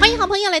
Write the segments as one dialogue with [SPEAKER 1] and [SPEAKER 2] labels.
[SPEAKER 1] 欢迎好朋友来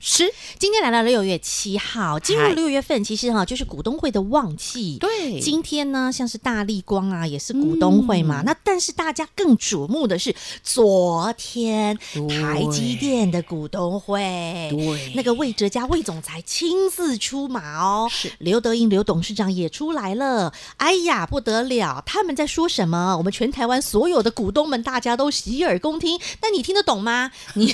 [SPEAKER 2] 师。
[SPEAKER 1] 今天来到六月七号，进入
[SPEAKER 2] 嗨
[SPEAKER 1] 六月份，其实哈、就是股东会的旺季。
[SPEAKER 2] 对
[SPEAKER 1] 今
[SPEAKER 2] 今
[SPEAKER 1] 天呢，像是大力光啊，也是股东会
[SPEAKER 2] 嗯
[SPEAKER 1] 嘛。那但是大家更瞩目的是昨天
[SPEAKER 2] 对
[SPEAKER 1] 台积电的股东会，
[SPEAKER 2] 对
[SPEAKER 1] 那个魏哲家魏总裁亲自出马哦，
[SPEAKER 2] 是
[SPEAKER 1] 刘德英刘董事长也出来了。哎呀，不得了！他们在说什么？我们全台湾所有的股东们，大家都洗耳恭听。那你听得懂吗？ 你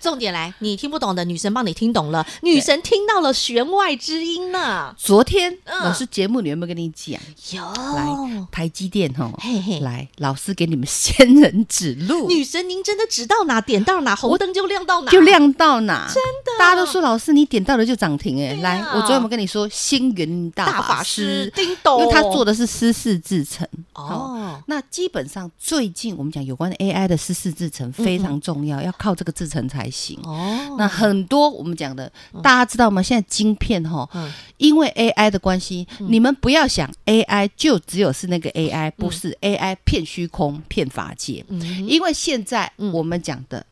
[SPEAKER 1] 重点来，你听不懂的女神帮你听懂了，女神听到了弦外之音呢。
[SPEAKER 2] 昨天、
[SPEAKER 1] 嗯
[SPEAKER 2] 老师节目里有没有跟你讲？
[SPEAKER 1] 有
[SPEAKER 2] 来，台积电哈，
[SPEAKER 1] 嘿嘿
[SPEAKER 2] 来老师给你们仙人指路，
[SPEAKER 1] 女神，您真的指到哪点到哪，红灯就亮到哪，
[SPEAKER 2] 就。亮到哪？真的，大家都说老师你点到了就涨停哎、
[SPEAKER 1] 对啊
[SPEAKER 2] 来，我昨天有没有跟你说星云
[SPEAKER 1] 大
[SPEAKER 2] 大
[SPEAKER 1] 法
[SPEAKER 2] 法
[SPEAKER 1] 师
[SPEAKER 2] 师？
[SPEAKER 1] 叮咚，
[SPEAKER 2] 因为他做的是私事制成
[SPEAKER 1] 哦，
[SPEAKER 2] 那基本上最近我们讲有关 AI 的私事制程非常重要，要靠这个制程才行。
[SPEAKER 1] 哦，
[SPEAKER 2] 那很多我们讲的，大家知道吗？现在晶片哈，
[SPEAKER 1] 嗯
[SPEAKER 2] 因为 AI 的关系，你们不要想 AI 就只有是那个 AI，不是 AI 骗虚空、骗法界。
[SPEAKER 1] 嗯
[SPEAKER 2] 因为现在
[SPEAKER 1] 嗯
[SPEAKER 2] 我们讲的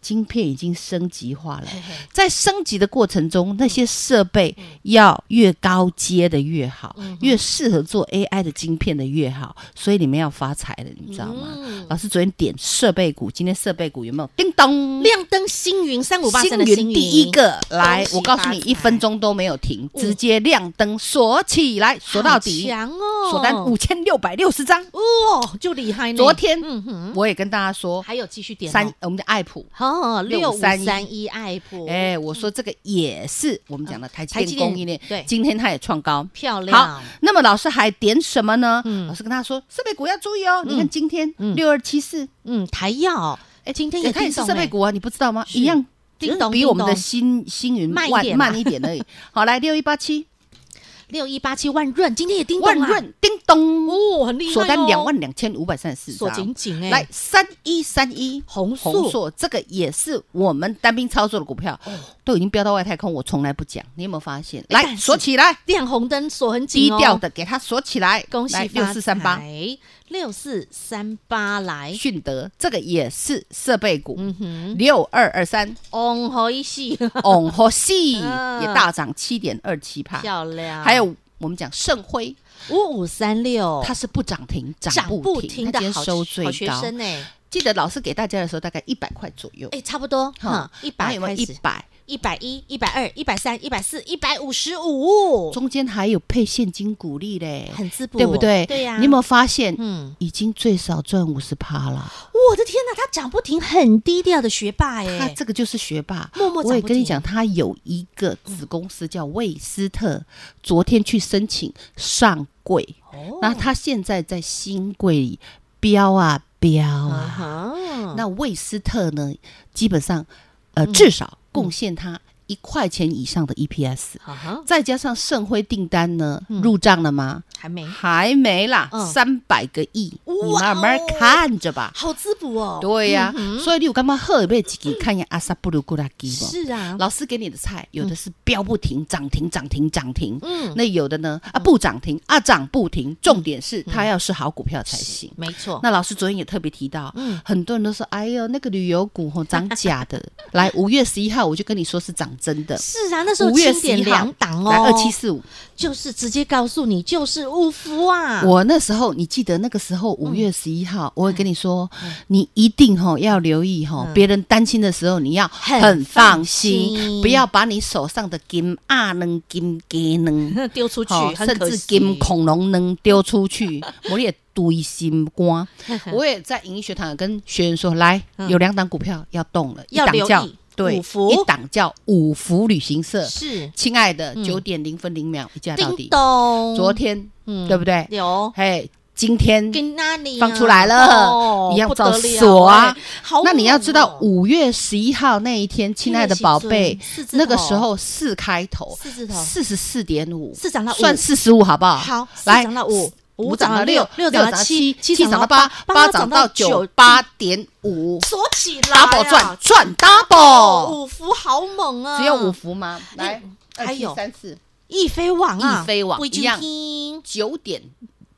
[SPEAKER 2] 晶片已经升级化了，在升级的过程中，那
[SPEAKER 1] 嗯
[SPEAKER 2] 些设备要越高阶的越好，
[SPEAKER 1] 嗯
[SPEAKER 2] 越适合做 AI 的晶片的越好，所以你们要发财了，你知道吗？
[SPEAKER 1] 嗯
[SPEAKER 2] 老师昨天点设备股，今天设备股有没有叮咚？
[SPEAKER 1] 亮灯星云三五八三的
[SPEAKER 2] 云第一个来
[SPEAKER 1] 恭，喜
[SPEAKER 2] 我告诉你，
[SPEAKER 1] 发财嗯
[SPEAKER 2] 一分钟都没有停，直接亮灯锁起来，锁到底，
[SPEAKER 1] 强哦，
[SPEAKER 2] 锁单五千六百六十张。
[SPEAKER 1] 哦，就厉害呢。
[SPEAKER 2] 昨天
[SPEAKER 1] 嗯哼，
[SPEAKER 2] 我也跟大家说，
[SPEAKER 1] 还有继续点哦
[SPEAKER 2] 三我们的爱普
[SPEAKER 1] 哦，六五
[SPEAKER 2] 6531
[SPEAKER 1] 三一爱普，
[SPEAKER 2] 哎、我说这个也是我们讲的台
[SPEAKER 1] 哦
[SPEAKER 2] 积
[SPEAKER 1] 台积
[SPEAKER 2] 电
[SPEAKER 1] 电
[SPEAKER 2] 供应链，
[SPEAKER 1] 对
[SPEAKER 2] 今天它也创高。
[SPEAKER 1] 漂亮
[SPEAKER 2] 好，，那么老师还点什么呢？
[SPEAKER 1] 嗯
[SPEAKER 2] 老师跟他说，设备股要注意哦。你看今天
[SPEAKER 1] 嗯
[SPEAKER 2] 六二七四，
[SPEAKER 1] 嗯，台药，哎，今天
[SPEAKER 2] 哎
[SPEAKER 1] 也
[SPEAKER 2] 它也
[SPEAKER 1] 挺
[SPEAKER 2] 是
[SPEAKER 1] 懂
[SPEAKER 2] 设备股啊，你不知道吗？一样，
[SPEAKER 1] 叮咚
[SPEAKER 2] 比我们的
[SPEAKER 1] 叮咚
[SPEAKER 2] 星星云
[SPEAKER 1] 慢一
[SPEAKER 2] 万
[SPEAKER 1] 点啊
[SPEAKER 2] 慢一点而已。好，来六一八七，
[SPEAKER 1] 六一八七万润，今天也叮咚
[SPEAKER 2] 万
[SPEAKER 1] 啦
[SPEAKER 2] 润叮咚，
[SPEAKER 1] 哦，很厉害哦，
[SPEAKER 2] 锁单两万两千五百三十四
[SPEAKER 1] 锁紧
[SPEAKER 2] 张。
[SPEAKER 1] 紧哎，
[SPEAKER 2] 来三一三一
[SPEAKER 1] 红素
[SPEAKER 2] 红硕，这个也是我们单兵操作的股票，都已经飙到外太空，我从来不讲，你有没有发现？
[SPEAKER 1] 哦哎但
[SPEAKER 2] 来
[SPEAKER 1] 是
[SPEAKER 2] 锁起来。
[SPEAKER 1] 亮红灯锁很紧
[SPEAKER 2] 低
[SPEAKER 1] 哦，
[SPEAKER 2] 调的给它锁起来。
[SPEAKER 1] 恭喜
[SPEAKER 2] 六四三八，
[SPEAKER 1] 六四三八来，
[SPEAKER 2] 迅德这个也是设备股，
[SPEAKER 1] 嗯哼，
[SPEAKER 2] 六二二 三，
[SPEAKER 1] 翁和一系
[SPEAKER 2] on 和系
[SPEAKER 1] 嗯
[SPEAKER 2] 也大涨七点二七帕，
[SPEAKER 1] 漂亮，
[SPEAKER 2] 啊还有。我们讲盛辉，
[SPEAKER 1] 五五三六，
[SPEAKER 2] 它是不涨停，
[SPEAKER 1] 哦
[SPEAKER 2] 涨
[SPEAKER 1] 涨
[SPEAKER 2] 不
[SPEAKER 1] 不
[SPEAKER 2] 停，
[SPEAKER 1] 停
[SPEAKER 2] 它
[SPEAKER 1] 的
[SPEAKER 2] 今天
[SPEAKER 1] 好
[SPEAKER 2] 收
[SPEAKER 1] 好
[SPEAKER 2] 最
[SPEAKER 1] 学
[SPEAKER 2] 高。
[SPEAKER 1] 生呢，
[SPEAKER 2] 记得老师给大家的时候，大概一百块左右，
[SPEAKER 1] 哎，差不多哈
[SPEAKER 2] 哈，
[SPEAKER 1] 一
[SPEAKER 2] 然后
[SPEAKER 1] 百
[SPEAKER 2] 有没
[SPEAKER 1] 开
[SPEAKER 2] 有一
[SPEAKER 1] 始，
[SPEAKER 2] 百？
[SPEAKER 1] 一百一、一百二、一百三、一百四、一百五十五，
[SPEAKER 2] 中间还有配现金股利嘞，
[SPEAKER 1] 很滋补，
[SPEAKER 2] 对不对？
[SPEAKER 1] 对呀，
[SPEAKER 2] 你有没有发现，
[SPEAKER 1] 嗯，
[SPEAKER 2] 已经最少赚五十趴了？
[SPEAKER 1] 我的天哪，他涨不停，很低调的学霸
[SPEAKER 2] 他
[SPEAKER 1] 哎，
[SPEAKER 2] 这个就是学霸。
[SPEAKER 1] 默默
[SPEAKER 2] 我
[SPEAKER 1] 涨
[SPEAKER 2] 也
[SPEAKER 1] 不
[SPEAKER 2] 跟你
[SPEAKER 1] 停
[SPEAKER 2] 讲，他有一个子公司叫魏斯特，昨天去申请上柜，
[SPEAKER 1] 哦
[SPEAKER 2] 那他现在在新柜里标啊标
[SPEAKER 1] 啊
[SPEAKER 2] 啊。
[SPEAKER 1] 哈，
[SPEAKER 2] 那魏斯特呢，基本上呃至少贡献他一块钱以上的 EPS，
[SPEAKER 1] 啊哈，
[SPEAKER 2] 再加上盛辉订单呢入账了吗？
[SPEAKER 1] 还没，
[SPEAKER 2] 还没啦
[SPEAKER 1] 嗯，
[SPEAKER 2] 三百个亿，你
[SPEAKER 1] 哇
[SPEAKER 2] 慢慢
[SPEAKER 1] 哦
[SPEAKER 2] 看着吧。
[SPEAKER 1] 好滋补哦，
[SPEAKER 2] 对呀、所以你有干嘛喝一杯自己看一下阿萨布鲁古拉基不？
[SPEAKER 1] 是啊，
[SPEAKER 2] 老师给你的菜，有的是飙不停，涨停涨停涨停，
[SPEAKER 1] 嗯，嗯
[SPEAKER 2] 那有的呢啊不涨停啊涨不停，重点是它要是好股票才行。
[SPEAKER 1] 没错，
[SPEAKER 2] 那老师昨天也特别提到，
[SPEAKER 1] 嗯
[SPEAKER 2] 很多人都说，哎呦，那个旅游股吼涨假的， 来五月十一号我就跟你说是涨真的，
[SPEAKER 1] 是啊，那时候
[SPEAKER 2] 5月
[SPEAKER 1] 清点
[SPEAKER 2] 11号
[SPEAKER 1] 两档哦，
[SPEAKER 2] 来二七四五，
[SPEAKER 1] 就是直接告诉你，就是乌夫啊，嗯
[SPEAKER 2] 我那时候，你记得那个时候五月十一号，我会跟你说，你一定吼要留意吼，
[SPEAKER 1] 嗯
[SPEAKER 2] 别人担心的时候，你要
[SPEAKER 1] 很
[SPEAKER 2] 很
[SPEAKER 1] 放
[SPEAKER 2] 放
[SPEAKER 1] 心
[SPEAKER 2] 心，不要把你手上的金啊能金鸡能，
[SPEAKER 1] 丢出去很
[SPEAKER 2] 吼，哦甚
[SPEAKER 1] 可
[SPEAKER 2] 至
[SPEAKER 1] 惜
[SPEAKER 2] 金 恐龙能丢出去，我也堆心肝。
[SPEAKER 1] 嗯
[SPEAKER 2] 我也在影音学堂跟学员说，来，有两档股票要动了，一
[SPEAKER 1] 要
[SPEAKER 2] 档
[SPEAKER 1] 留
[SPEAKER 2] 叫
[SPEAKER 1] 意
[SPEAKER 2] 对，
[SPEAKER 1] 五福
[SPEAKER 2] 一档叫五福旅行社。
[SPEAKER 1] 是
[SPEAKER 2] 亲爱的，九点零分零秒一价
[SPEAKER 1] 嗯
[SPEAKER 2] 到
[SPEAKER 1] 叮
[SPEAKER 2] 底。
[SPEAKER 1] 咚，
[SPEAKER 2] 昨天
[SPEAKER 1] 嗯
[SPEAKER 2] 对不对？
[SPEAKER 1] 有
[SPEAKER 2] 嘿，今天
[SPEAKER 1] 跟那里啊哦
[SPEAKER 2] 放出来了一样
[SPEAKER 1] 不得
[SPEAKER 2] 照
[SPEAKER 1] 了
[SPEAKER 2] 锁啊
[SPEAKER 1] 哎好猛哦，
[SPEAKER 2] 那你要知道，五月十一号那一天，亲爱的宝贝，
[SPEAKER 1] 四字头
[SPEAKER 2] 那个时候四开头，
[SPEAKER 1] 哦四字头
[SPEAKER 2] 四十四点五，
[SPEAKER 1] 四涨到五
[SPEAKER 2] 算四十五好不好？
[SPEAKER 1] 好，四
[SPEAKER 2] 来
[SPEAKER 1] 涨到五，
[SPEAKER 2] 五涨到六，
[SPEAKER 1] 六
[SPEAKER 2] 涨
[SPEAKER 1] 涨
[SPEAKER 2] 到
[SPEAKER 1] 到
[SPEAKER 2] 七，
[SPEAKER 1] 七
[SPEAKER 2] 七涨到八，八涨到九，八点五
[SPEAKER 1] 锁起来啊
[SPEAKER 2] ，double 赚赚
[SPEAKER 1] 哦
[SPEAKER 2] double，
[SPEAKER 1] 五福好猛啊！
[SPEAKER 2] 只有五福吗？来，
[SPEAKER 1] 哎
[SPEAKER 2] 还
[SPEAKER 1] 呦
[SPEAKER 2] 有三四
[SPEAKER 1] 一飞网啊，
[SPEAKER 2] 一飞网
[SPEAKER 1] 不一
[SPEAKER 2] 一样
[SPEAKER 1] 听
[SPEAKER 2] 九点。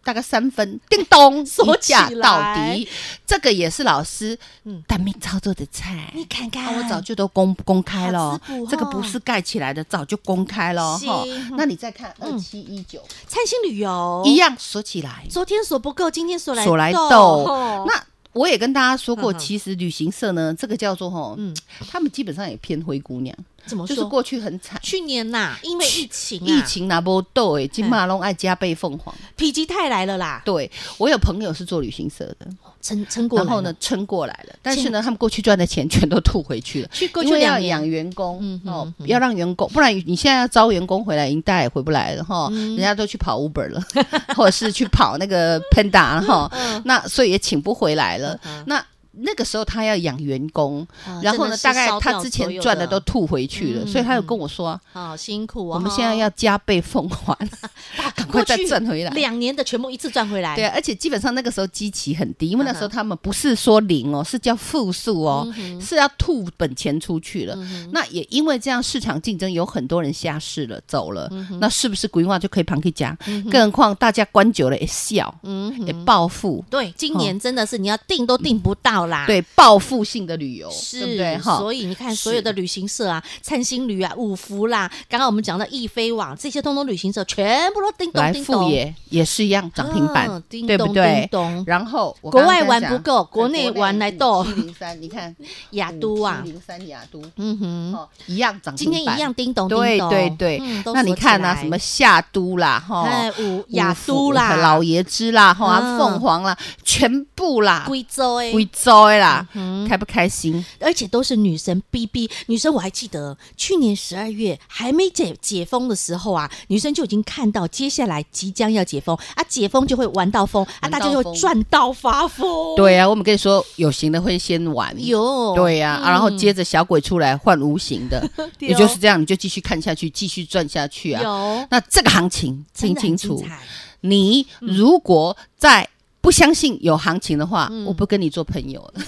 [SPEAKER 2] 大概三分，叮 咚，
[SPEAKER 1] 锁
[SPEAKER 2] 一价
[SPEAKER 1] 起
[SPEAKER 2] 到
[SPEAKER 1] 来
[SPEAKER 2] 底，这个也是老师
[SPEAKER 1] 嗯
[SPEAKER 2] 单命操作的菜。
[SPEAKER 1] 你看
[SPEAKER 2] 啊
[SPEAKER 1] 看，
[SPEAKER 2] 我早就都公公开了
[SPEAKER 1] 好滋补
[SPEAKER 2] 哦
[SPEAKER 1] 哦，
[SPEAKER 2] 这个不是盖起来的，早就公开了
[SPEAKER 1] 是
[SPEAKER 2] 哈
[SPEAKER 1] 嗯。
[SPEAKER 2] 那你再看二七一九，
[SPEAKER 1] 灿星旅游
[SPEAKER 2] 一，样锁起来，
[SPEAKER 1] 昨天锁不够，今天锁来
[SPEAKER 2] 锁来
[SPEAKER 1] 斗
[SPEAKER 2] 斗
[SPEAKER 1] 吼。
[SPEAKER 2] 那我也跟大家说过，
[SPEAKER 1] 嗯哼
[SPEAKER 2] 其实旅行社呢，这个叫做哈，
[SPEAKER 1] 嗯
[SPEAKER 2] 他们基本上也偏灰姑娘，
[SPEAKER 1] 怎么
[SPEAKER 2] 就是
[SPEAKER 1] 说？
[SPEAKER 2] 过去很惨，
[SPEAKER 1] 去年呐，因为疫情啊，
[SPEAKER 2] 疫情拿波斗哎，金马龙爱加倍凤凰。
[SPEAKER 1] 否极泰来了啦，
[SPEAKER 2] 对我有朋友是做旅行社的，
[SPEAKER 1] 撑撑过来
[SPEAKER 2] 然
[SPEAKER 1] 了。
[SPEAKER 2] 后呢撑过来了，但是呢，他们过去赚的钱全都吐回去了。
[SPEAKER 1] 去过
[SPEAKER 2] 因
[SPEAKER 1] 去
[SPEAKER 2] 为要
[SPEAKER 1] 两年
[SPEAKER 2] 养，员工，
[SPEAKER 1] 嗯哼
[SPEAKER 2] 哦
[SPEAKER 1] 嗯，哼
[SPEAKER 2] 要让员工，不然你现在要招员工回来，银大也回不来了哈，
[SPEAKER 1] 嗯
[SPEAKER 2] 人家都去跑 Uber 了， 或者是去跑那个 Panda 哈，
[SPEAKER 1] 嗯
[SPEAKER 2] 那所以也请不回来了。那那个时候他要养员工，
[SPEAKER 1] 啊
[SPEAKER 2] 然后呢，大概他之前赚
[SPEAKER 1] 真的是烧掉所有
[SPEAKER 2] 的，都吐回去了，
[SPEAKER 1] 嗯
[SPEAKER 2] 所以他有跟我说啊，
[SPEAKER 1] 好辛苦啊！
[SPEAKER 2] 我们现在要加倍 奉还， 赶快再赚回来。
[SPEAKER 1] 两年的全部一次赚回来，
[SPEAKER 2] 对啊，而且基本上那个时候基期很低，因为那时候
[SPEAKER 1] 嗯哼嗯
[SPEAKER 2] 他们不是说零哦，是叫负数哦，是要吐本钱出去了。那也因为这样，市场竞争有很多人下市了，走了，
[SPEAKER 1] 嗯
[SPEAKER 2] 那是不是规划就可以旁去加？更何况大家关久了也笑，也报复。
[SPEAKER 1] 嗯对，今年真的是你要订都订不到啦。。
[SPEAKER 2] 哦嗯对报复性的旅游，
[SPEAKER 1] 啊是，
[SPEAKER 2] 对不对？哈，
[SPEAKER 1] 所以你看，
[SPEAKER 2] 是
[SPEAKER 1] 所有的旅行社啊，灿星旅啊，五福啦，刚刚我们讲到易飞网，这些通通旅行社全部都叮咚
[SPEAKER 2] 来
[SPEAKER 1] 叮
[SPEAKER 2] 富
[SPEAKER 1] 咚，
[SPEAKER 2] 野也是一样涨停板，
[SPEAKER 1] 嗯叮
[SPEAKER 2] 对不
[SPEAKER 1] 咚叮
[SPEAKER 2] 对？
[SPEAKER 1] 咚
[SPEAKER 2] 然后我
[SPEAKER 1] 国
[SPEAKER 2] 刚刚
[SPEAKER 1] 外
[SPEAKER 2] 在
[SPEAKER 1] 玩
[SPEAKER 2] 讲
[SPEAKER 1] 不够国内玩来斗
[SPEAKER 2] 七零三，你看
[SPEAKER 1] 雅都啊，
[SPEAKER 2] 零三雅都，
[SPEAKER 1] 嗯哼，
[SPEAKER 2] 哦，一样涨停
[SPEAKER 1] 今
[SPEAKER 2] 板，
[SPEAKER 1] 天一样叮咚叮
[SPEAKER 2] 对
[SPEAKER 1] 咚，
[SPEAKER 2] 对对
[SPEAKER 1] 嗯，
[SPEAKER 2] 那你看啊，什么？夏都啦，
[SPEAKER 1] 都锁起来哎，，
[SPEAKER 2] 哈
[SPEAKER 1] 五
[SPEAKER 2] 五
[SPEAKER 1] 雅
[SPEAKER 2] 福
[SPEAKER 1] 都啦，
[SPEAKER 2] 老爷知啦，哈，
[SPEAKER 1] 嗯
[SPEAKER 2] 啊凤凰啦，全部啦，
[SPEAKER 1] 贵嗯州哎，
[SPEAKER 2] 贵州的啦，开不开心？
[SPEAKER 1] 而且都是女生 B B 女生，我还记得去年十二月还没解解封的时候啊，女生就已经看到接下来即将要解封啊，解封就会玩到疯啊，
[SPEAKER 2] 玩
[SPEAKER 1] 大
[SPEAKER 2] 到
[SPEAKER 1] 家就会
[SPEAKER 2] 疯
[SPEAKER 1] 赚到发疯。
[SPEAKER 2] 对啊，我们跟你说，有形的会先玩，
[SPEAKER 1] 哟，
[SPEAKER 2] 对呀，啊，然后接着小鬼出来换无形的，
[SPEAKER 1] 嗯 对
[SPEAKER 2] 也
[SPEAKER 1] 哦
[SPEAKER 2] 就是这样，你就继续看下去，继续赚下去啊。
[SPEAKER 1] 有
[SPEAKER 2] 那这个行情
[SPEAKER 1] 真
[SPEAKER 2] 听
[SPEAKER 1] 的很
[SPEAKER 2] 清
[SPEAKER 1] 精
[SPEAKER 2] 楚，
[SPEAKER 1] 彩嗯
[SPEAKER 2] 你如果在不相信有行情的话，
[SPEAKER 1] 嗯
[SPEAKER 2] 我不跟你做朋友了，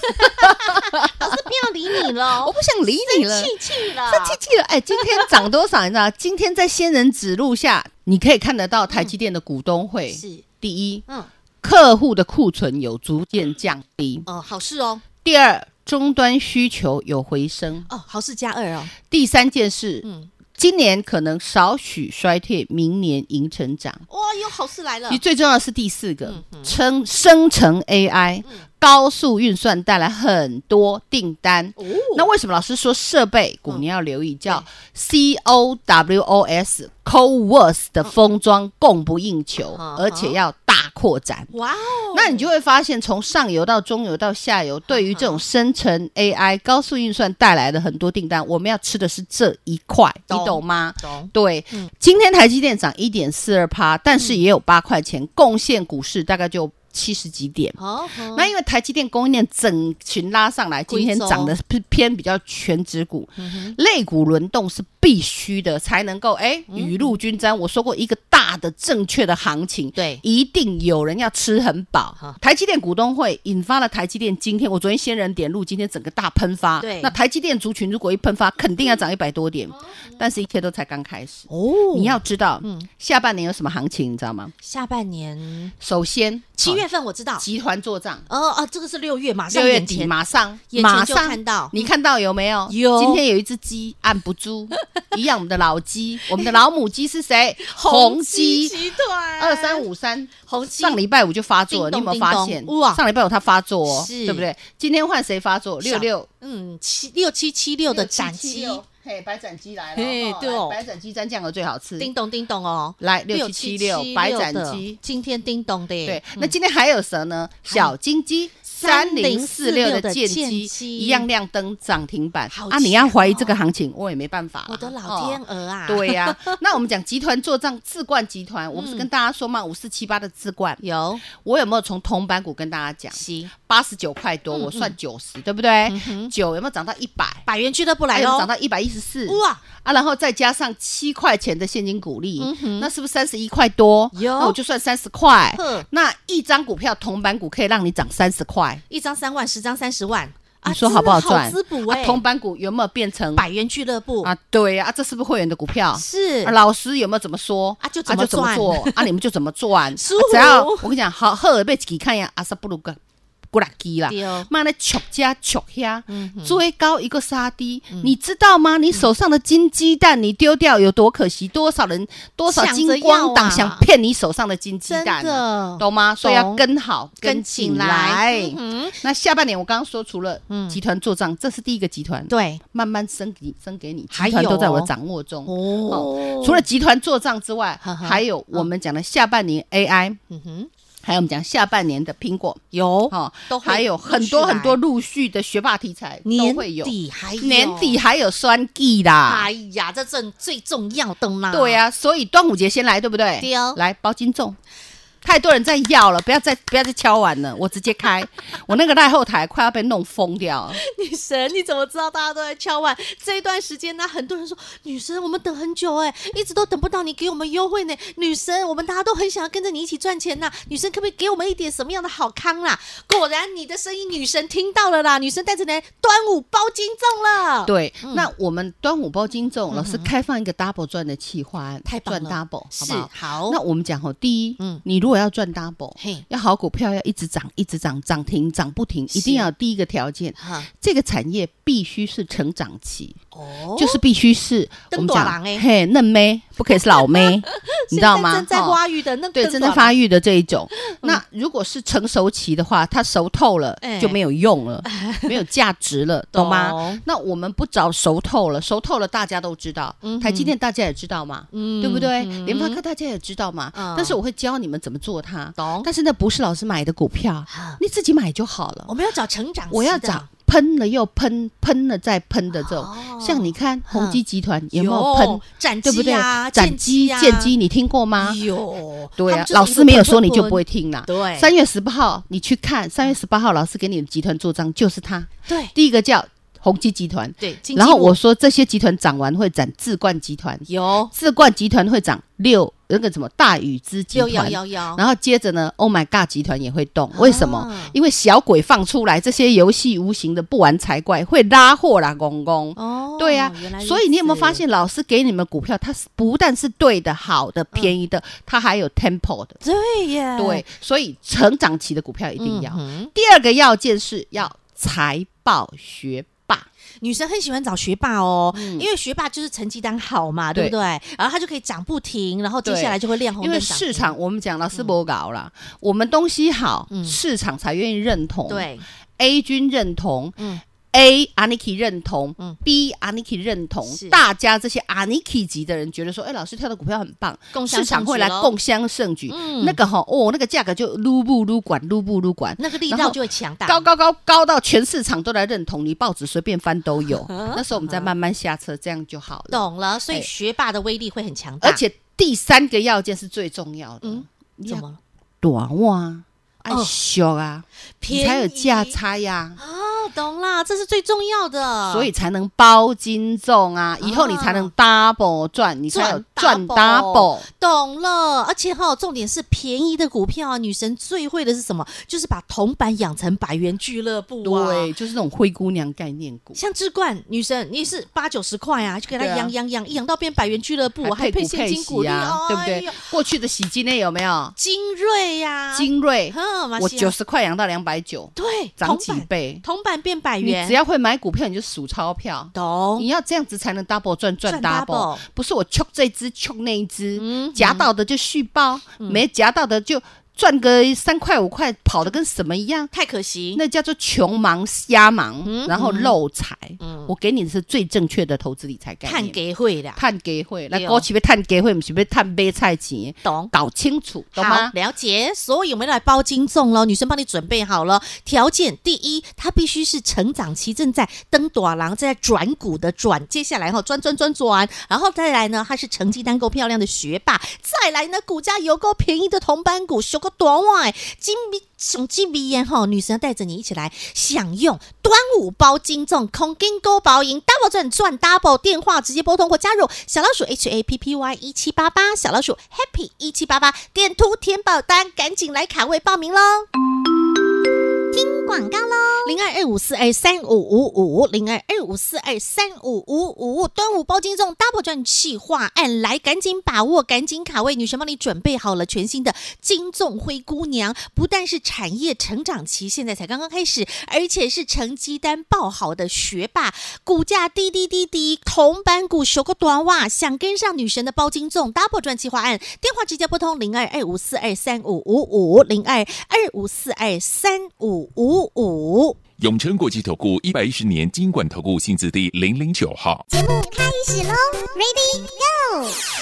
[SPEAKER 1] 不要理你了，
[SPEAKER 2] 我不想理你了
[SPEAKER 1] 生。气气了，
[SPEAKER 2] 生气气了！哎，今天涨多少？你知道？今天在仙人指路下，你可以看得到台积电的股东会。
[SPEAKER 1] 是
[SPEAKER 2] 第一，
[SPEAKER 1] 嗯
[SPEAKER 2] 客户的库存有逐渐降低；
[SPEAKER 1] 哦，好事哦
[SPEAKER 2] 第二，终端需求有回升；
[SPEAKER 1] 哦，好事加二哦，
[SPEAKER 2] 第三件事，
[SPEAKER 1] 嗯
[SPEAKER 2] 今年可能少许衰退，明年迎成长。
[SPEAKER 1] 哇，有好事来了
[SPEAKER 2] 你，最重要的是第四个，
[SPEAKER 1] 嗯
[SPEAKER 2] 生生成 AI、高速运算带来很多订单。
[SPEAKER 1] 哦，
[SPEAKER 2] 那为什么老师说设备股
[SPEAKER 1] 嗯
[SPEAKER 2] 你要留意，叫 C O W O S CoWoS 的封装供不应求
[SPEAKER 1] 嗯，
[SPEAKER 2] 而且要大扩展。
[SPEAKER 1] 哇哦，
[SPEAKER 2] 那你就会发现，从上游到中游到下
[SPEAKER 1] 嗯
[SPEAKER 2] 游，对于这种生成 AI 高速运算带来的很多订单，我们要吃的是这一块，你
[SPEAKER 1] 懂嗯
[SPEAKER 2] 懂吗？
[SPEAKER 1] 懂
[SPEAKER 2] 对，今天台积电涨一点四二趴，但
[SPEAKER 1] 嗯
[SPEAKER 2] 是也有八块钱，贡献股市大概就七十几点。
[SPEAKER 1] 哦，哦
[SPEAKER 2] 那因为台积电供应链整群拉上来，今天
[SPEAKER 1] 贵州嗯
[SPEAKER 2] 涨的是偏比较全指股，类股轮动是必须的，才能够哎
[SPEAKER 1] 嗯
[SPEAKER 2] 雨露均沾。我说过，一个大的正确的行情，
[SPEAKER 1] 对
[SPEAKER 2] 一定有人要吃很饱
[SPEAKER 1] 好。
[SPEAKER 2] 台积电股东会引发了台积电今天，我昨天仙人点路，今天整个大喷发。
[SPEAKER 1] 对
[SPEAKER 2] 那台积电族群如果一喷发，肯定要涨一百多点，但是一切都才刚开始。
[SPEAKER 1] 哦，
[SPEAKER 2] 你要知道，下半年有什么行情，你知道吗？
[SPEAKER 1] 下半年
[SPEAKER 2] 首先，
[SPEAKER 1] 七月份我知道
[SPEAKER 2] 好。集团做账。
[SPEAKER 1] 哦哦，这个是六月，马上
[SPEAKER 2] 六月
[SPEAKER 1] 眼
[SPEAKER 2] 底
[SPEAKER 1] 前
[SPEAKER 2] 马上
[SPEAKER 1] 眼前
[SPEAKER 2] 马
[SPEAKER 1] 就
[SPEAKER 2] 上
[SPEAKER 1] 看到
[SPEAKER 2] 你看到有没有？
[SPEAKER 1] 有
[SPEAKER 2] 今天有一只鸡按不 住，一样我们的老鸡，我们的老母鸡是谁？
[SPEAKER 1] 集团
[SPEAKER 2] 二三五三。
[SPEAKER 1] 红鸡
[SPEAKER 2] 上礼拜五就发作了，你
[SPEAKER 1] 叮
[SPEAKER 2] 有
[SPEAKER 1] 咚
[SPEAKER 2] 没有发现
[SPEAKER 1] 叮咚哇？
[SPEAKER 2] 上礼拜五它发作哦，
[SPEAKER 1] 是
[SPEAKER 2] 对不对？今天换谁发作？六六
[SPEAKER 1] 嗯七六七七六的斩鸡，。
[SPEAKER 2] 嘿，白斩鸡来了，
[SPEAKER 1] 嘿
[SPEAKER 2] 哦
[SPEAKER 1] 对哦
[SPEAKER 2] 来白斩鸡蘸酱油最好吃。
[SPEAKER 1] 叮咚叮咚哦，
[SPEAKER 2] 来六七七六白斩鸡，
[SPEAKER 1] 今天叮咚的，
[SPEAKER 2] 嗯对，那今天还有蛇呢？小金鸡、三零四六的剑机一样亮灯涨停板啊！你要怀疑这个行情，我也没办法、啊。
[SPEAKER 1] 我的老天鹅啊！
[SPEAKER 2] 哦、对 呀、啊，那我们讲集团做账，智冠集团，我不是跟大家说嘛，五四七八的智冠
[SPEAKER 1] 有，
[SPEAKER 2] 我有没有从铜板股跟大家讲？
[SPEAKER 1] 行，
[SPEAKER 2] 八十九块多，我算九十、嗯嗯，对不对？九、嗯、有没有涨到一百？哎
[SPEAKER 1] 百元俱乐部来哦
[SPEAKER 2] 了，涨到一百一十四。
[SPEAKER 1] 哇
[SPEAKER 2] 啊！然后再加上七块钱的现金股利，那是不是三十一块多？
[SPEAKER 1] 有，
[SPEAKER 2] 那我就算三十块。那一张股票铜板股可以让你涨三十块，
[SPEAKER 1] 一张三万，十张三十万。啊
[SPEAKER 2] 你说好不好赚？
[SPEAKER 1] 滋补哎，
[SPEAKER 2] 铜板股有没有变成
[SPEAKER 1] 百元俱乐部
[SPEAKER 2] 啊？对呀，啊，这是不是会员的股票？啊
[SPEAKER 1] 是。
[SPEAKER 2] 老师有没有怎么说
[SPEAKER 1] 啊？就怎么做
[SPEAKER 2] 啊？你们就怎么赚？啊
[SPEAKER 1] 只
[SPEAKER 2] 要我跟你讲，好，赫尔贝奇看呀，啊阿萨布鲁格。过来基啦，
[SPEAKER 1] 哦
[SPEAKER 2] 妈的，抢家抢呀，
[SPEAKER 1] 嗯
[SPEAKER 2] 追高一个杀低，你知道吗？你手上的金鸡蛋你丢掉有多可惜？多少人多少
[SPEAKER 1] 啊
[SPEAKER 2] 金光党想骗你手上的金鸡蛋，啊哦懂吗？所以要跟好跟进来。嗯那下半年我刚刚说，除了集团做账，这是第一个集团，
[SPEAKER 1] 对，
[SPEAKER 2] 慢慢升级升给你，集团都在我的掌握中。哦，除了集团做账之外，还有我们讲的下半年 AI。嗯哼。还有我们讲下半年的苹果
[SPEAKER 1] 有
[SPEAKER 2] 哈，还有很多很多陆续的学霸题材都会有，
[SPEAKER 1] 年底还有
[SPEAKER 2] 年底啊还有酸季啦。
[SPEAKER 1] 哎呀，这正最重要的啦。
[SPEAKER 2] 对呀、啊，所以端午节先来，对不对？
[SPEAKER 1] 对哦，
[SPEAKER 2] 来包金粽。太多人在要了，不要再不要再敲碗了，我直接开， 我那个在后台快要被弄疯掉 了。
[SPEAKER 1] 女神，你怎么知道大家都在敲碗？这一段时间呢，很多人说女神，我们等很久哎、欸，一直都等不到你给我们优惠呢。女神，我们大家都很想要跟着你一起赚钱呐。女神，可不可以给我们一点什么样的好康啦？果然你的声音，女神听到了啦。女神带着你端午包金粽了。
[SPEAKER 2] 对，嗯、那我们端午包金粽，老师开放一个 double 赚的企划，
[SPEAKER 1] 太
[SPEAKER 2] 赚 double 好不好？
[SPEAKER 1] 好。
[SPEAKER 2] 那我们讲哦，第一，嗯，你如果我要赚 double，要好股票要一直涨，一直涨，涨停涨不停，一定要第一个条件，这个产业必须是成长期，
[SPEAKER 1] 哦，
[SPEAKER 2] 就是必须是我
[SPEAKER 1] 们
[SPEAKER 2] 讲嘿嫩妹，不可以是 老妹，你知道吗？
[SPEAKER 1] 欸
[SPEAKER 2] 哦
[SPEAKER 1] 正在发育的那
[SPEAKER 2] 对正在发育的这一种，
[SPEAKER 1] 嗯
[SPEAKER 2] 那如果是成熟期的话，它熟透了
[SPEAKER 1] 哎
[SPEAKER 2] 就没有 用了，没有价值了，懂吗？那我们不找熟透了，熟透了大家都知道，
[SPEAKER 1] 嗯
[SPEAKER 2] 台积电大家也知道嘛，对不对？联发科大家也知道嘛，但是我会教你们怎么。做它，
[SPEAKER 1] 嗯懂？
[SPEAKER 2] 但是那不是老师买的股票，你自己买就好了。
[SPEAKER 1] 我们要找成长，
[SPEAKER 2] 我要找喷了又喷，喷了再喷的这种。像你看宏基集团有没哦嗯有啊喷？
[SPEAKER 1] 哦斩
[SPEAKER 2] 对不对？
[SPEAKER 1] 斩
[SPEAKER 2] 鸡、
[SPEAKER 1] 剑
[SPEAKER 2] 鸡，你听过吗？
[SPEAKER 1] 有，
[SPEAKER 2] 对啊，老师没有说你就不会听啦。
[SPEAKER 1] 对，
[SPEAKER 2] 三月十八号你去看，三月十八号老师给你的集团做账就是它。
[SPEAKER 1] 对，
[SPEAKER 2] 第一个叫。宏基集团
[SPEAKER 1] 对，
[SPEAKER 2] 然后我说这些集团涨完会涨智冠集团，
[SPEAKER 1] 有
[SPEAKER 2] 智冠集团会涨六那个什么大禹之集团，
[SPEAKER 1] 有有有
[SPEAKER 2] 然后接着呢，Oh my God 集团也会动，为什么？啊、因为小鬼放出来这些游戏无形的不玩才怪，会拉货啦，公公。
[SPEAKER 1] 哦，
[SPEAKER 2] 对呀、啊，所以你有没有发现老师给你们股票，它不但是对的、好的、便宜的，嗯、它还有 tempo 的。
[SPEAKER 1] 对耶，
[SPEAKER 2] 对，所以成长期的股票一定要。嗯、第二个要件是要财报学。
[SPEAKER 1] 女生很喜欢找学霸哦，
[SPEAKER 2] 嗯
[SPEAKER 1] 因为学霸就是成绩单好嘛，对不对？然后他就可以涨不停，然后接下来就会亮红
[SPEAKER 2] 灯。因为市场我们讲了是不搞啦，我们东西好，市场才愿意认同。
[SPEAKER 1] 对
[SPEAKER 2] ，A 君认同，嗯，A Aniki 认同，嗯，B Aniki 认同，大家这些 Aniki 级的人觉得说，哎，老师跳的股票很棒，市场会来共襄盛举。那个哈哦，那个价格就撸不撸管，撸不撸管，
[SPEAKER 1] 那个力道就会强大，
[SPEAKER 2] 高高高高到全市场都来认同，你报纸随便翻都 有。那时候我们再慢慢下车，这样就好了。
[SPEAKER 1] 懂了，所以学霸的威力会很强大。
[SPEAKER 2] 哎而且第三个要件是最重要的，嗯，
[SPEAKER 1] 怎么
[SPEAKER 2] 短袜爱小啊，
[SPEAKER 1] 便宜
[SPEAKER 2] 才有价差呀。
[SPEAKER 1] 啊，懂啦，这是最重要的，
[SPEAKER 2] 所以才能包金粽啊，以后你才能 double 赚，你才有赚 double。
[SPEAKER 1] 懂了，而且哈，重点是便宜的股票啊，女神最会的是什么？就是把铜板养成百元俱乐部
[SPEAKER 2] 啊，对，就是那种灰姑娘概念股，
[SPEAKER 1] 像智冠女神，你是八九十块啊，就给它养养养，一养到变百元俱乐部，还配现金股利哦哎啊
[SPEAKER 2] 啊，对不对？过去的喜金呢有没有？
[SPEAKER 1] 精锐啊呀，
[SPEAKER 2] 精锐，我九
[SPEAKER 1] 十
[SPEAKER 2] 块养到两百九，
[SPEAKER 1] 对，
[SPEAKER 2] 涨几倍，
[SPEAKER 1] 铜板变百元，哦
[SPEAKER 2] 你只要会买股票，你就数钞票，
[SPEAKER 1] 懂？
[SPEAKER 2] 你要这样子才能 double 赚赚 double，不是我 c 这只 c 那一只。夹到的就续报，没夹到的就赚个三块五块，跑得跟什么一样，
[SPEAKER 1] 太可惜。
[SPEAKER 2] 那叫做穷忙、瞎忙，
[SPEAKER 1] 嗯
[SPEAKER 2] 然后漏财。
[SPEAKER 1] 嗯
[SPEAKER 2] 我给你的是最正确的投资理财概
[SPEAKER 1] 看
[SPEAKER 2] 念。
[SPEAKER 1] 给会的，
[SPEAKER 2] 探给会，那
[SPEAKER 1] 对哦
[SPEAKER 2] 股是要探给会，不是要探买菜钱，
[SPEAKER 1] 懂。
[SPEAKER 2] 搞清楚，懂
[SPEAKER 1] 好
[SPEAKER 2] 吗，？
[SPEAKER 1] 了解。所以我们来包金粽喽，女生帮你准备好了。条件第一，它必须是成长期正在登短廊，正在转股的转，接下来哈、转转转转，然后再来呢，它是成绩单够漂亮的学霸，再来呢，股价有够便宜的同班股，修个短外金币。熊金鼻烟哈，女神带着你一起来享用端午包金粽，空金勾保赢，double 赚赚 double，电话直接拨通或加入小老鼠 H A P P Y 一七八八，小老鼠 Happy 一七八八，点图填保单，赶紧来卡位报名喽！听广告喽，零二二五四二三五五五，零二二五四二三五五五，端午包金粽 double 赚气化案来，赶紧把握，赶紧卡位，女神帮你准备好了全新的金粽灰姑娘，不但是产业成长期，现在才刚刚开始，而且是成绩单爆好的学霸，股价滴滴滴滴，同板股修个短袜，想跟上女神的包金粽 double 赚计划案，电话直接拨通零二二五四二三五五五零二二五四二三五五五。
[SPEAKER 3] 永诚国际投顾一百一十年金管投顾性质第零零九号，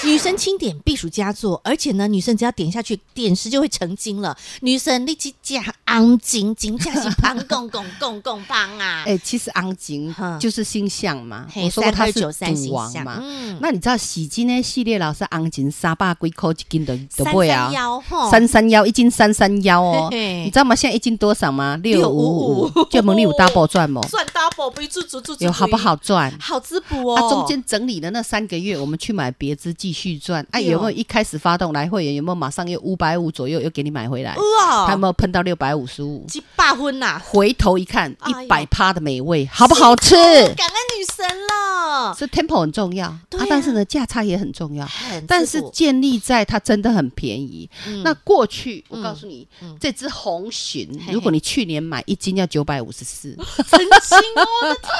[SPEAKER 1] 女神清点避暑佳作，而且呢，女生只要点下去，点石就会成精了。女神立即讲昂金金价是胖拱拱拱拱胖啊！
[SPEAKER 2] 哎，其实昂金
[SPEAKER 1] 哼
[SPEAKER 2] 就是星象嘛，
[SPEAKER 1] 嘿
[SPEAKER 2] 我说过它是
[SPEAKER 1] 3293
[SPEAKER 2] 赌王
[SPEAKER 1] 星象
[SPEAKER 2] 嘛。
[SPEAKER 1] 嗯
[SPEAKER 2] 那你知道喜金呢系列老师昂金三百几块一斤的都不会啊
[SPEAKER 1] 三三。幺吼，
[SPEAKER 2] 三三幺一斤三三幺哦，
[SPEAKER 1] 嘿嘿
[SPEAKER 2] 你知道吗？现在一斤多少吗？六
[SPEAKER 1] 655
[SPEAKER 2] 五五，就蒙利有 double 赚 吗？
[SPEAKER 1] 赚 double 不住住住，
[SPEAKER 2] 哦有好不好？赚？
[SPEAKER 1] 好滋补哦！
[SPEAKER 2] 啊，中间整理的那三个月，我们去买别支继续赚。啊，
[SPEAKER 1] 对哦
[SPEAKER 2] 有没有一开始发动来会员？有没有马上又五百五左右又给你买回来？
[SPEAKER 1] 哇，
[SPEAKER 2] 他有没有喷到六百五十五？
[SPEAKER 1] 几把分呐、
[SPEAKER 2] 回头一看，
[SPEAKER 1] 哎呦
[SPEAKER 2] 一百趴的美味，好不好吃？
[SPEAKER 1] 感恩女神了，
[SPEAKER 2] 所以 tempo 很重要啊
[SPEAKER 1] 对啊嗯
[SPEAKER 2] 但是呢，价差也很重要。
[SPEAKER 1] 很
[SPEAKER 2] 但
[SPEAKER 1] 滋
[SPEAKER 2] 是
[SPEAKER 1] 补
[SPEAKER 2] 建立在它真的很便宜。
[SPEAKER 1] 嗯
[SPEAKER 2] 那过去我
[SPEAKER 1] 嗯
[SPEAKER 2] 告诉你，
[SPEAKER 1] 嗯
[SPEAKER 2] 这只红鲟
[SPEAKER 1] 嘿嘿，
[SPEAKER 2] 如果你去年买一斤要九百五 十四，
[SPEAKER 1] 神经哦，我的天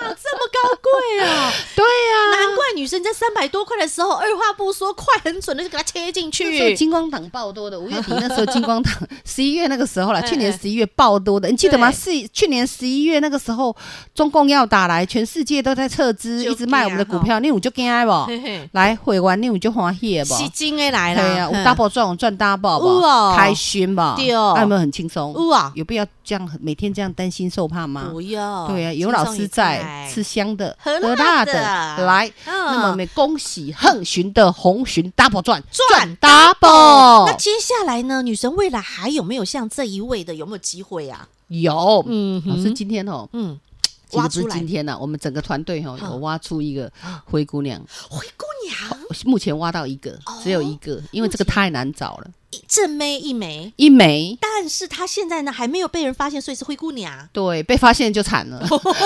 [SPEAKER 1] 哪、这么高贵啊！
[SPEAKER 2] 对呀、
[SPEAKER 1] 难怪女生在三百多块的时候，二话不说，快很准的就给它切进
[SPEAKER 2] 那时候
[SPEAKER 1] 去。
[SPEAKER 2] 金光党爆多的，五月底那时候金光党， 十一月那个时候啦，
[SPEAKER 1] 哎
[SPEAKER 2] 去年十一月爆多的，你记得吗？
[SPEAKER 1] 对
[SPEAKER 2] 是去年十一月那个时候，中共要打来，全世界都在撤资，
[SPEAKER 1] 就啊
[SPEAKER 2] 一直卖我们的股票，你有就惊不？
[SPEAKER 1] 嘿嘿，
[SPEAKER 2] 来回完你有就欢喜不？
[SPEAKER 1] 洗金哦的来
[SPEAKER 2] 对
[SPEAKER 1] 了，
[SPEAKER 2] 呀，啊有
[SPEAKER 1] 嗯
[SPEAKER 2] double 赚，我赚 double
[SPEAKER 1] 有哦
[SPEAKER 2] 不？开心吧？
[SPEAKER 1] 对哦
[SPEAKER 2] 啊有没有很轻松？
[SPEAKER 1] 有啊
[SPEAKER 2] 有必要这样每天这样担心受怕吗？
[SPEAKER 1] 不要，
[SPEAKER 2] 对呀，啊有
[SPEAKER 1] 啊哦轻松
[SPEAKER 2] 老师
[SPEAKER 1] 一
[SPEAKER 2] 在
[SPEAKER 1] 点
[SPEAKER 2] 吃香的、
[SPEAKER 1] 喝
[SPEAKER 2] 喝
[SPEAKER 1] 辣
[SPEAKER 2] 辣
[SPEAKER 1] 的
[SPEAKER 2] 的来。
[SPEAKER 1] 嗯
[SPEAKER 2] 那么我们恭喜横巡的红巡 double 赚
[SPEAKER 1] 赚
[SPEAKER 2] double，
[SPEAKER 1] 哦那接下来呢？女神未来还有没有像这一位的有没有机会啊？
[SPEAKER 2] 有，
[SPEAKER 1] 嗯
[SPEAKER 2] 老师
[SPEAKER 1] 哼
[SPEAKER 2] 今天哦，
[SPEAKER 1] 嗯，
[SPEAKER 2] 其
[SPEAKER 1] 挖
[SPEAKER 2] 实不
[SPEAKER 1] 出
[SPEAKER 2] 是
[SPEAKER 1] 来
[SPEAKER 2] 今天呢、啊我们整个团队哦，
[SPEAKER 1] 嗯
[SPEAKER 2] 有挖出一个灰姑娘，
[SPEAKER 1] 灰姑娘
[SPEAKER 2] 目前挖到一个，
[SPEAKER 1] 哦
[SPEAKER 2] 只有一个，因为这个太难找了，
[SPEAKER 1] 一正妹一枚，
[SPEAKER 2] 一枚。
[SPEAKER 1] 但是她现在呢还没有被人发现，所以是灰姑娘。
[SPEAKER 2] 对，被发现就惨了，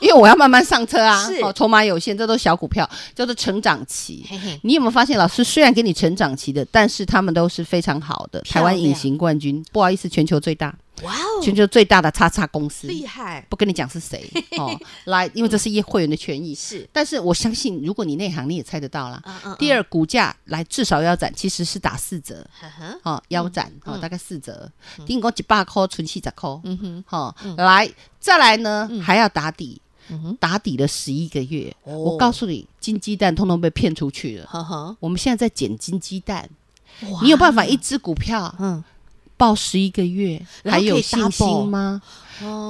[SPEAKER 2] 因为我要慢慢上车啊
[SPEAKER 1] 是，
[SPEAKER 2] 哦，筹码有限，这都是小股票，叫做成长期。
[SPEAKER 1] 嘿嘿，
[SPEAKER 2] 你有没有发现，老师虽然给你成长期的，但是他们都是非常好的，
[SPEAKER 1] 漂
[SPEAKER 2] 台
[SPEAKER 1] 亮
[SPEAKER 2] 湾隐形冠军，不好意思，全球最大，
[SPEAKER 1] 哇哦，
[SPEAKER 2] 全球最大的叉叉公司，
[SPEAKER 1] 厉害！
[SPEAKER 2] 不跟你讲是谁哦，来，因为这是业会员的权益。
[SPEAKER 1] 是，
[SPEAKER 2] 但是我相信，如果你内行，你也猜得到啦。
[SPEAKER 1] 嗯嗯，
[SPEAKER 2] 第二，股价来至少腰斩，其实是打四折
[SPEAKER 1] 嗯，呵呵
[SPEAKER 2] 哦，腰斩哦，
[SPEAKER 1] 嗯
[SPEAKER 2] 大概四折，顶多一百块存四十块，
[SPEAKER 1] 嗯哼，
[SPEAKER 2] 哦，来再来呢，还要打底
[SPEAKER 1] 嗯哼，
[SPEAKER 2] 打底了十一个月。
[SPEAKER 1] 哦
[SPEAKER 2] 我告诉你，金鸡蛋通通被骗出去了。
[SPEAKER 1] 呵呵，
[SPEAKER 2] 我们现在在捡金鸡蛋，
[SPEAKER 1] 哇
[SPEAKER 2] 你有办法一只股票
[SPEAKER 1] 嗯，
[SPEAKER 2] 报十一个月，
[SPEAKER 1] 然后
[SPEAKER 2] 还
[SPEAKER 1] 可以
[SPEAKER 2] 有信
[SPEAKER 1] double
[SPEAKER 2] 心吗？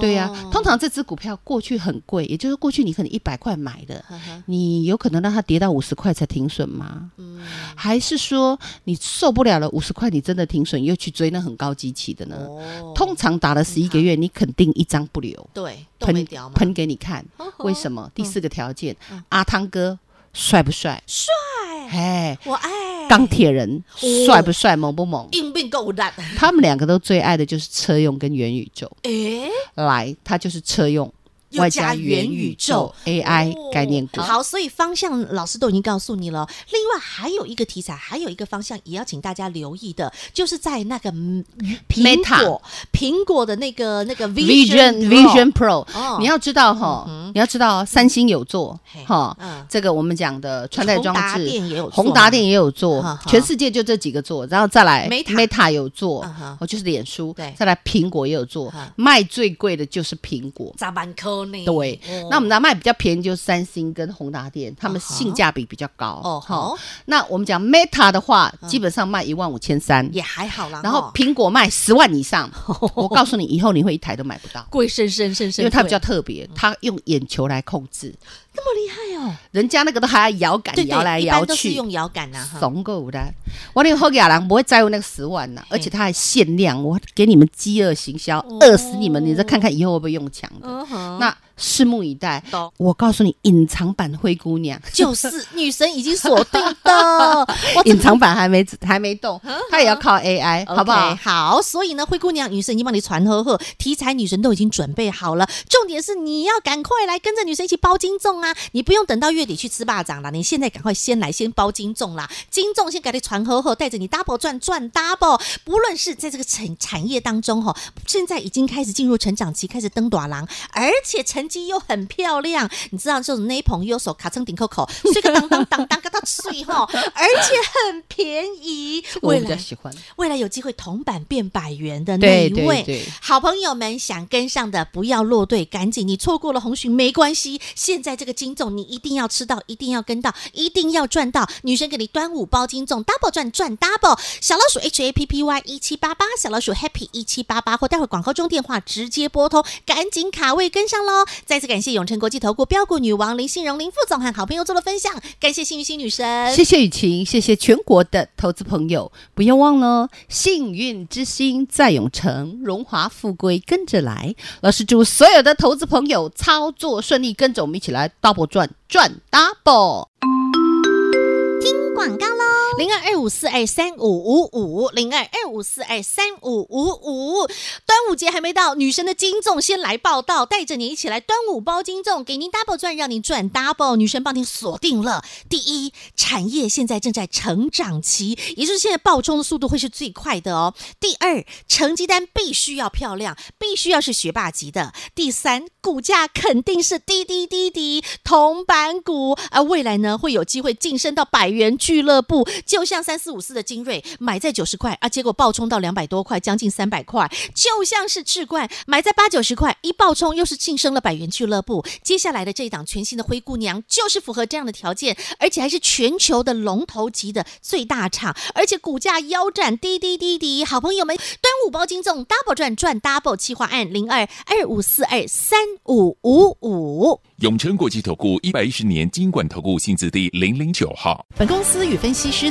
[SPEAKER 2] 对呀、
[SPEAKER 1] 哦
[SPEAKER 2] 通常这只股票过去很贵，也就是过去你可能一百块买的，
[SPEAKER 1] 呵呵
[SPEAKER 2] 你有可能让它跌到五十块才停损吗？
[SPEAKER 1] 嗯
[SPEAKER 2] 还是说你受不了了五十块，你真的停损又去追那很高基期的呢？
[SPEAKER 1] 哦
[SPEAKER 2] 通常打了十一个月，你肯定一张不留，
[SPEAKER 1] 对，都没
[SPEAKER 2] 喷
[SPEAKER 1] 掉嘛，嗯
[SPEAKER 2] 喷给你看。为什
[SPEAKER 1] 么？
[SPEAKER 2] 么？第四个条件，
[SPEAKER 1] 嗯
[SPEAKER 2] 阿汤哥帅不帅？帅，哎，
[SPEAKER 1] 我爱
[SPEAKER 2] 钢铁人
[SPEAKER 1] 哦
[SPEAKER 2] 帅不帅？猛不猛？
[SPEAKER 1] 硬并购的，
[SPEAKER 2] 他们两个都最爱的就是车用跟元宇宙。
[SPEAKER 1] 诶，
[SPEAKER 2] 来，它就是车用
[SPEAKER 1] 又加元宇宙
[SPEAKER 2] AI 概念股。
[SPEAKER 1] 哦好，所以方向老师都已经告诉你了。另外还有一个题材，还有一个方向也要请大家留意的，就是在那个嗯苹
[SPEAKER 2] Meta
[SPEAKER 1] 果苹果的那个那个
[SPEAKER 2] Vision
[SPEAKER 1] Vision
[SPEAKER 2] Vision Pro，、
[SPEAKER 1] 哦嗯
[SPEAKER 2] 你要知道哈，你要知道三星有做
[SPEAKER 1] 嘿
[SPEAKER 2] 哈，
[SPEAKER 1] 嗯
[SPEAKER 2] 这个我们讲的穿戴
[SPEAKER 1] 宏
[SPEAKER 2] 装
[SPEAKER 1] 达
[SPEAKER 2] 置
[SPEAKER 1] 电也有做，
[SPEAKER 2] 宏达电也有做
[SPEAKER 1] 哈，哈
[SPEAKER 2] 全世界就这几个做，然后再来
[SPEAKER 1] Meta
[SPEAKER 2] 有做
[SPEAKER 1] 嗯哼，
[SPEAKER 2] 哦就是脸书
[SPEAKER 1] 对，
[SPEAKER 2] 再来苹果也有做
[SPEAKER 1] 哈，
[SPEAKER 2] 卖最贵的就是苹果。
[SPEAKER 1] 咋办科呢？
[SPEAKER 2] 对，
[SPEAKER 1] 哦
[SPEAKER 2] 那我们拿卖比较便宜就是三星跟宏达电，他们
[SPEAKER 1] 啊哈
[SPEAKER 2] 性价比比较高。
[SPEAKER 1] 哦
[SPEAKER 2] 哈
[SPEAKER 1] 好，嗯
[SPEAKER 2] 那我们讲 Meta 的话，基本上卖一万五千三，
[SPEAKER 1] 也还好啦。
[SPEAKER 2] 然后
[SPEAKER 1] 哦
[SPEAKER 2] 苹果卖十万 以上，我告诉你，以后你会一台都买不到。
[SPEAKER 1] 贵生生生生，
[SPEAKER 2] 因为它比较特别，它用眼球来控制，
[SPEAKER 1] 那么厉害哦，
[SPEAKER 2] 人家那个都还要摇杆
[SPEAKER 1] 对
[SPEAKER 2] 摇来
[SPEAKER 1] 对，一
[SPEAKER 2] 摇
[SPEAKER 1] 般都是
[SPEAKER 2] 去，
[SPEAKER 1] 用摇杆呐，哈，
[SPEAKER 2] 怂够的。我那个后亚郎不会在乎那个十万呐、而且它还限量，我给你们饥饿行销，
[SPEAKER 1] 哦
[SPEAKER 2] 饿死你们！你再看看以后会不会用抢的。
[SPEAKER 1] 嗯哼
[SPEAKER 2] 那拭目以待
[SPEAKER 1] 懂。
[SPEAKER 2] 我告诉你，隐藏版灰姑 娘，
[SPEAKER 1] 就是女神已经锁定 的，我啊
[SPEAKER 2] 隐藏版还没还没动，它也要靠 AI，好不好
[SPEAKER 1] OK，？好，所以呢，灰姑娘女神已经帮你传呵呵，题材女神都已经准备好了，重点是你要赶快来跟着女神一起包金粽啊！你不用等到月底去吃霸掌啦，你现在赶快先来先包金粽啦，金粽先给你传呵呵，带着你 double 赚赚 double。不论是在这个产产业当中哈、哦，现在已经开始进入成长期，开始登短廊，而且成绩又很漂亮，你知道这种那朋右手卡称顶扣口，这个当当当当个到碎哈，而且很便宜，
[SPEAKER 2] 我
[SPEAKER 1] 未
[SPEAKER 2] 比较
[SPEAKER 1] 来。
[SPEAKER 2] 喜欢。
[SPEAKER 1] 未来有机会铜板变百元的那
[SPEAKER 2] 对
[SPEAKER 1] 一位
[SPEAKER 2] 对对
[SPEAKER 1] 好朋友们，想跟上的不要落队，赶紧！你错过了红巡没关系，现在这个金粽你一定要吃到，一定要跟到，一定要赚到！女生给你端午包金粽，double 赚赚 double！小老鼠 H A P P Y 一七八八，小老鼠 Happy 一七八八，或待会广告中电话直接拨通，赶紧卡位跟上喽！再次感谢永诚国际投顾标股女王林信荣林副总和好朋友做的分享，感谢幸运星女神，
[SPEAKER 2] 谢谢雨晴，谢谢全国的投资朋友，不要忘了哦，幸运之星在永城，荣华富贵跟着来。老师祝所有的投资朋友操作顺利，跟着我们一起来 double 赚赚 double。
[SPEAKER 1] 广告喽，零二二五四二三五五五，零二二五四二三五五五。端午节还没到，女神的金粽先来报道，带着你一起来端午包金粽，给您 double 赚，让您赚 double。女神帮您锁定了第一产业，现在正在成长期，也就是现在爆冲的速度会是最快的哦。第二，成绩单必须要漂亮，必须要是学霸级的。第三，股价肯定是滴滴滴滴铜板股，而未来呢会有机会晋升到百元俱乐部，就像三四五四的精锐买在九十块啊，结果暴冲到两百多块，将近三百块，就像是智冠买在八九十块，一暴冲又是晋升了百元俱乐部。接下来的这一档全新的灰姑娘就是符合这样的条件，而且还是全球的龙头级的最大厂，而且股价腰斩，滴滴滴滴。好朋友们，端午包金粽 double 赚赚 double 企划案零二二五四二三五五五。
[SPEAKER 3] 永诚国际投顾一百一十年金管投顾性质第零零九号。
[SPEAKER 4] 本公司与分析师